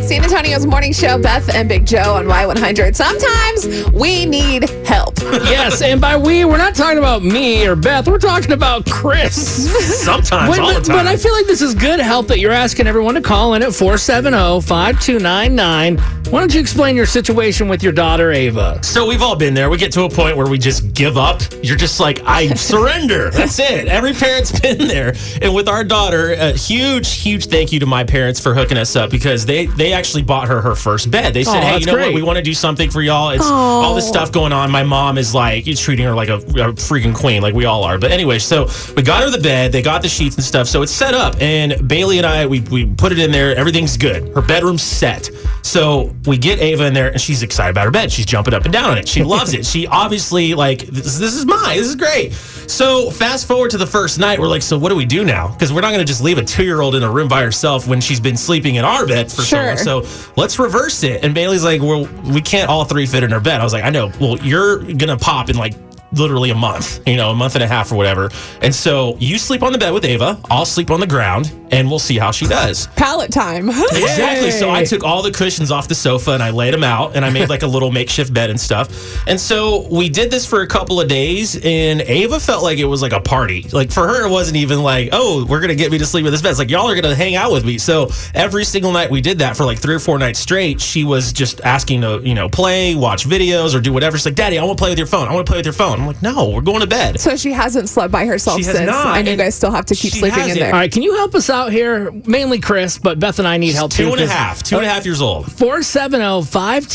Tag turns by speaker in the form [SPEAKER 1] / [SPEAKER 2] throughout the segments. [SPEAKER 1] San Antonio's morning show, Beth and Big Joe on Y100. Sometimes we need help.
[SPEAKER 2] Yes, and by we, we're not talking about me or Beth. We're talking about Chris.
[SPEAKER 3] Sometimes,
[SPEAKER 2] But,
[SPEAKER 3] all
[SPEAKER 2] but-
[SPEAKER 3] the time.
[SPEAKER 2] but I feel like this is good help that you're asking everyone to call in at oh, 470 5299. Why don't you explain your situation with your daughter, Ava?
[SPEAKER 3] so we've all been there. We get to a point where we just give up. You're just like, I surrender. That's it. Every parent's been there. And with our daughter, a huge, huge thank you to my parents for hooking us up because they they actually bought her her first bed. They said,
[SPEAKER 2] Oh,
[SPEAKER 3] Hey,
[SPEAKER 2] that's
[SPEAKER 3] you know
[SPEAKER 2] great.
[SPEAKER 3] what? We want to do something for y'all. It's all this stuff going on. My mom is like, is treating her like a, a freaking queen, like we all are. But anyway, so we got her the bed. They got the sheets and stuff. So it's set up. And Bailey and I, we we put it in there. Everything's good. Her bedroom's set. So we get Ava in there, and she's excited about her bed. She's jumping up and down on it. She loves it. She obviously like this, this is mine. This is great. So fast forward to the first night, we're like, so what do we do now? Because we're not going to just leave a two year old in a room by herself when she's been sleeping in our bed for so
[SPEAKER 1] Sure.
[SPEAKER 3] long. So let's reverse it. And Bailey's like, well, we can't all three fit in her bed. I was like, I know. Well, you're gonna pop in like literally a month, you know, a month and a half or whatever. And so you sleep on the bed with Ava. I'll sleep on the ground, and we'll see how she does.
[SPEAKER 1] Pallet time.
[SPEAKER 3] Exactly. So I
[SPEAKER 2] Yay.
[SPEAKER 3] took all the cushions off the sofa and I laid them out and I made like a little makeshift bed and stuff. And so we did this for a couple of days and Ava felt like it was like a party. Like for her, it wasn't even like, oh, we're going to get me to sleep with this bed. It's like, y'all are going to hang out with me. So every single night we did that for like three or four nights straight, she was just asking to, you know, play, watch videos or do whatever. She's like, Daddy, I want to play with your phone. I want to play with your phone. I'm like, no, we're going to bed.
[SPEAKER 1] so she hasn't slept by herself
[SPEAKER 3] She has
[SPEAKER 1] since.
[SPEAKER 3] not,
[SPEAKER 1] and you
[SPEAKER 3] and
[SPEAKER 1] guys still have to keep
[SPEAKER 3] she
[SPEAKER 1] sleeping in
[SPEAKER 3] hasn't.
[SPEAKER 1] there.
[SPEAKER 2] All right, can you help us out here? Mainly Chris, but Beth and I need help too.
[SPEAKER 3] Two and a half, two and a half years old.
[SPEAKER 2] 470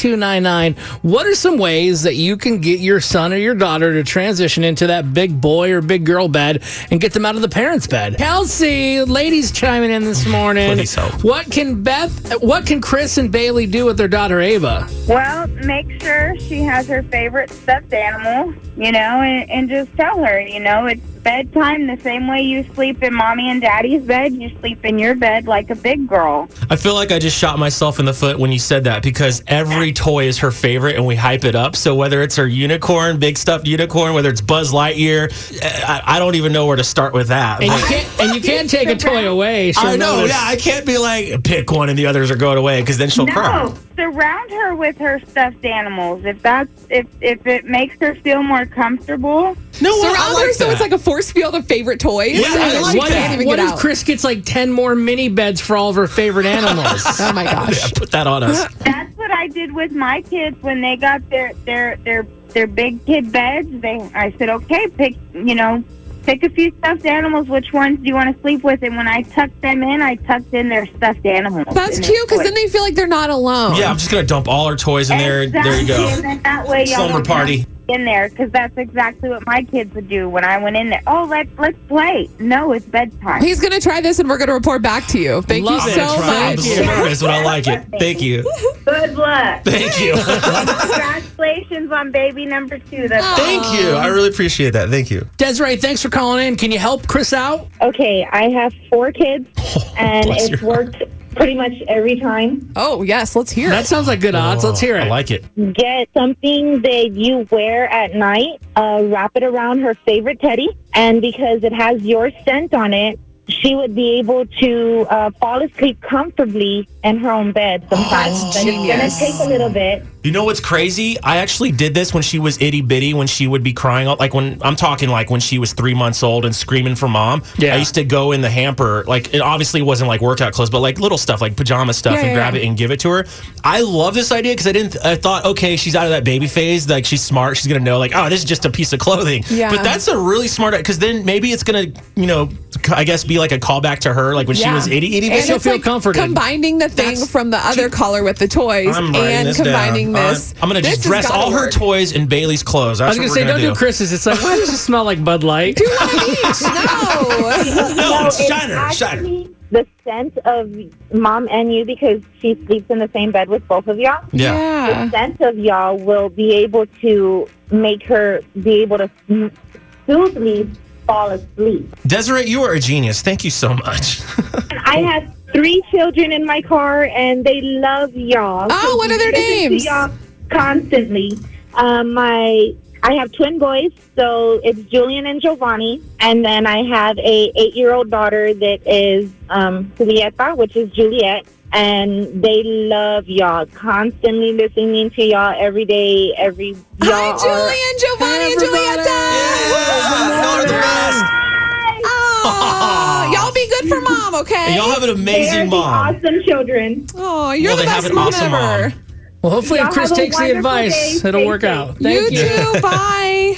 [SPEAKER 2] 5299. What are some ways that you can get your son or your daughter to transition into that big boy or big girl bed and get them out of the parents' bed? Kelsey, ladies chiming in this morning.
[SPEAKER 3] Please help.
[SPEAKER 2] What can Beth, what can Chris and Bailey do with their daughter Ava?
[SPEAKER 4] Well, make sure she has her favorite stuffed animal, you know, and, and just tell her, you know, it's bedtime the same way you sleep in mommy and daddy's bed, you sleep in your bed like a big girl.
[SPEAKER 3] I feel like I just shot myself in the foot when you said that because every toy is her favorite and we hype it up. So whether it's her unicorn, big stuffed unicorn, whether it's Buzz Lightyear, I, I don't even know where to start with that.
[SPEAKER 2] And you can't, and you can't take a toy away. she'll
[SPEAKER 3] I know,
[SPEAKER 2] notice.
[SPEAKER 3] yeah. I can't be like pick one and the others are going away because then she'll cry.
[SPEAKER 4] No, surround her with her stuffed animals. If that's if if it makes her feel more comfortable,
[SPEAKER 3] No,
[SPEAKER 1] So
[SPEAKER 3] I- I
[SPEAKER 1] around
[SPEAKER 3] like
[SPEAKER 1] her, so
[SPEAKER 3] that.
[SPEAKER 1] it's like a force field of favorite toys.
[SPEAKER 3] Yeah, I
[SPEAKER 1] and
[SPEAKER 3] like
[SPEAKER 1] she
[SPEAKER 2] what
[SPEAKER 3] that.
[SPEAKER 1] can't
[SPEAKER 2] if,
[SPEAKER 1] even
[SPEAKER 2] what
[SPEAKER 1] get
[SPEAKER 2] if
[SPEAKER 1] out.
[SPEAKER 2] Chris gets like 10 more mini beds for all of her favorite animals?
[SPEAKER 1] oh my gosh.
[SPEAKER 3] Yeah, put that on us.
[SPEAKER 4] that's what I did with my kids when they got their their their their big kid beds. They I said, okay, pick you know, pick a few stuffed animals. Which ones do you want to sleep with? And when I tucked them in, I tucked in their stuffed animals.
[SPEAKER 1] That's
[SPEAKER 4] And
[SPEAKER 1] cute because
[SPEAKER 4] it's
[SPEAKER 1] then they feel like they're not alone.
[SPEAKER 3] Yeah, I'm just gonna dump all her toys in
[SPEAKER 4] like-
[SPEAKER 3] there. There you
[SPEAKER 4] Exactly, And
[SPEAKER 3] go.
[SPEAKER 4] then that way, y'all
[SPEAKER 3] Slumber
[SPEAKER 4] don't have
[SPEAKER 3] party.
[SPEAKER 4] to in there because that's exactly what my kids would do when I went in there. Oh, let let's play. No, it's bedtime.
[SPEAKER 1] He's going to try this and we're going to report back to you. Thank
[SPEAKER 2] Love
[SPEAKER 1] you
[SPEAKER 2] it.
[SPEAKER 1] so
[SPEAKER 2] That's right.
[SPEAKER 3] I'm
[SPEAKER 1] much.
[SPEAKER 2] Thank you.
[SPEAKER 3] serious when I like it. Thank you.
[SPEAKER 4] Good luck.
[SPEAKER 3] Thank you.
[SPEAKER 4] Congratulations on baby number two. That's
[SPEAKER 3] Thank you. I really appreciate that. Thank you.
[SPEAKER 2] Desiree, thanks for calling in. Can you help Chris out?
[SPEAKER 5] Okay, I have four kids, and
[SPEAKER 3] Oh, bless your
[SPEAKER 5] it's worked pretty much every time.
[SPEAKER 1] Oh, yes. Let's hear
[SPEAKER 2] That
[SPEAKER 1] it.
[SPEAKER 2] sounds like good odds. Let's hear it.
[SPEAKER 3] Oh, I like it.
[SPEAKER 5] Get something that you wear at night, uh, wrap it around her favorite teddy, and because it has your scent on it, she would be able to uh, fall asleep comfortably in her own bed
[SPEAKER 3] Oh,
[SPEAKER 5] sometimes. but it's gonna
[SPEAKER 1] genius.
[SPEAKER 5] take a little bit.
[SPEAKER 3] You know what's crazy? I actually did this when she was itty bitty, when she would be crying out. Like when I'm talking, like when she was three months old and screaming for mom.
[SPEAKER 2] Yeah.
[SPEAKER 3] I used to go in the hamper, like it obviously wasn't like workout clothes, but like little stuff, like pajama stuff,
[SPEAKER 1] Yeah,
[SPEAKER 3] and
[SPEAKER 1] yeah,
[SPEAKER 3] grab
[SPEAKER 1] yeah.
[SPEAKER 3] it and give it to her. I love this idea because I didn't. I thought, okay, she's out of that baby phase. Like she's smart. She's gonna know. Like, oh, this is just a piece of clothing.
[SPEAKER 1] Yeah.
[SPEAKER 3] But that's a really smart because then maybe it's gonna, you know, I guess be like a callback to her, like when she
[SPEAKER 1] Yeah.
[SPEAKER 3] was itty itty
[SPEAKER 1] And
[SPEAKER 3] bitty.
[SPEAKER 2] she'll
[SPEAKER 1] it's
[SPEAKER 2] feel
[SPEAKER 1] like
[SPEAKER 2] comforted.
[SPEAKER 1] Combining the thing
[SPEAKER 3] That's-
[SPEAKER 1] from the other color with the toys
[SPEAKER 3] I'm writing
[SPEAKER 1] and
[SPEAKER 3] this
[SPEAKER 1] combining
[SPEAKER 3] down.
[SPEAKER 1] this.
[SPEAKER 3] I'm, I'm gonna just
[SPEAKER 1] This has
[SPEAKER 3] dress
[SPEAKER 1] gotta
[SPEAKER 3] all her
[SPEAKER 1] work.
[SPEAKER 3] toys in Bailey's clothes.
[SPEAKER 2] I
[SPEAKER 3] That's
[SPEAKER 2] was gonna
[SPEAKER 3] what
[SPEAKER 2] say,
[SPEAKER 3] we're
[SPEAKER 2] don't do
[SPEAKER 3] do.
[SPEAKER 2] Chris's. It's like, why does it smell like Bud Light?
[SPEAKER 1] Do one of each. No.
[SPEAKER 3] No, it's
[SPEAKER 5] it's
[SPEAKER 3] Shiner. Shiner.
[SPEAKER 5] actually The scent of mom and you because she sleeps in the same bed with both of y'all.
[SPEAKER 3] Yeah.
[SPEAKER 5] the sense of y'all will be able to make her be able to sm- smoothly fall asleep.
[SPEAKER 3] Desiree, you are a genius. Thank you so much.
[SPEAKER 5] And I have three children in my car, and they love y'all.
[SPEAKER 1] Oh, what are their
[SPEAKER 5] Listen to
[SPEAKER 1] names?
[SPEAKER 5] Y'all constantly. Um, my I have twin boys, so it's Julian and Giovanni, and then I have a eight year old daughter that is um, Julieta, which is Juliet, and they love y'all. Constantly listening to y'all every day, every y'all
[SPEAKER 1] Hi,
[SPEAKER 5] are
[SPEAKER 1] Julian, Giovanni, and
[SPEAKER 2] everybody.
[SPEAKER 1] Julieta.
[SPEAKER 3] Y'all are the best.
[SPEAKER 1] Oh, y'all be good for mom,
[SPEAKER 3] And
[SPEAKER 1] okay?
[SPEAKER 3] y'all have an
[SPEAKER 5] they are
[SPEAKER 3] amazing
[SPEAKER 5] the
[SPEAKER 3] mom.
[SPEAKER 5] awesome children.
[SPEAKER 1] Oh, you're
[SPEAKER 3] Well,
[SPEAKER 1] the
[SPEAKER 3] they
[SPEAKER 1] best
[SPEAKER 3] have an
[SPEAKER 1] mom
[SPEAKER 3] awesome
[SPEAKER 1] ever.
[SPEAKER 3] mom.
[SPEAKER 2] Well, hopefully,
[SPEAKER 5] Y'all
[SPEAKER 2] if Chris
[SPEAKER 5] have a
[SPEAKER 2] takes the
[SPEAKER 5] wonderful
[SPEAKER 2] advice,
[SPEAKER 5] day.
[SPEAKER 2] it'll
[SPEAKER 5] Stay
[SPEAKER 2] work
[SPEAKER 5] safe.
[SPEAKER 2] out.
[SPEAKER 1] You
[SPEAKER 2] Thank you.
[SPEAKER 1] too. Bye.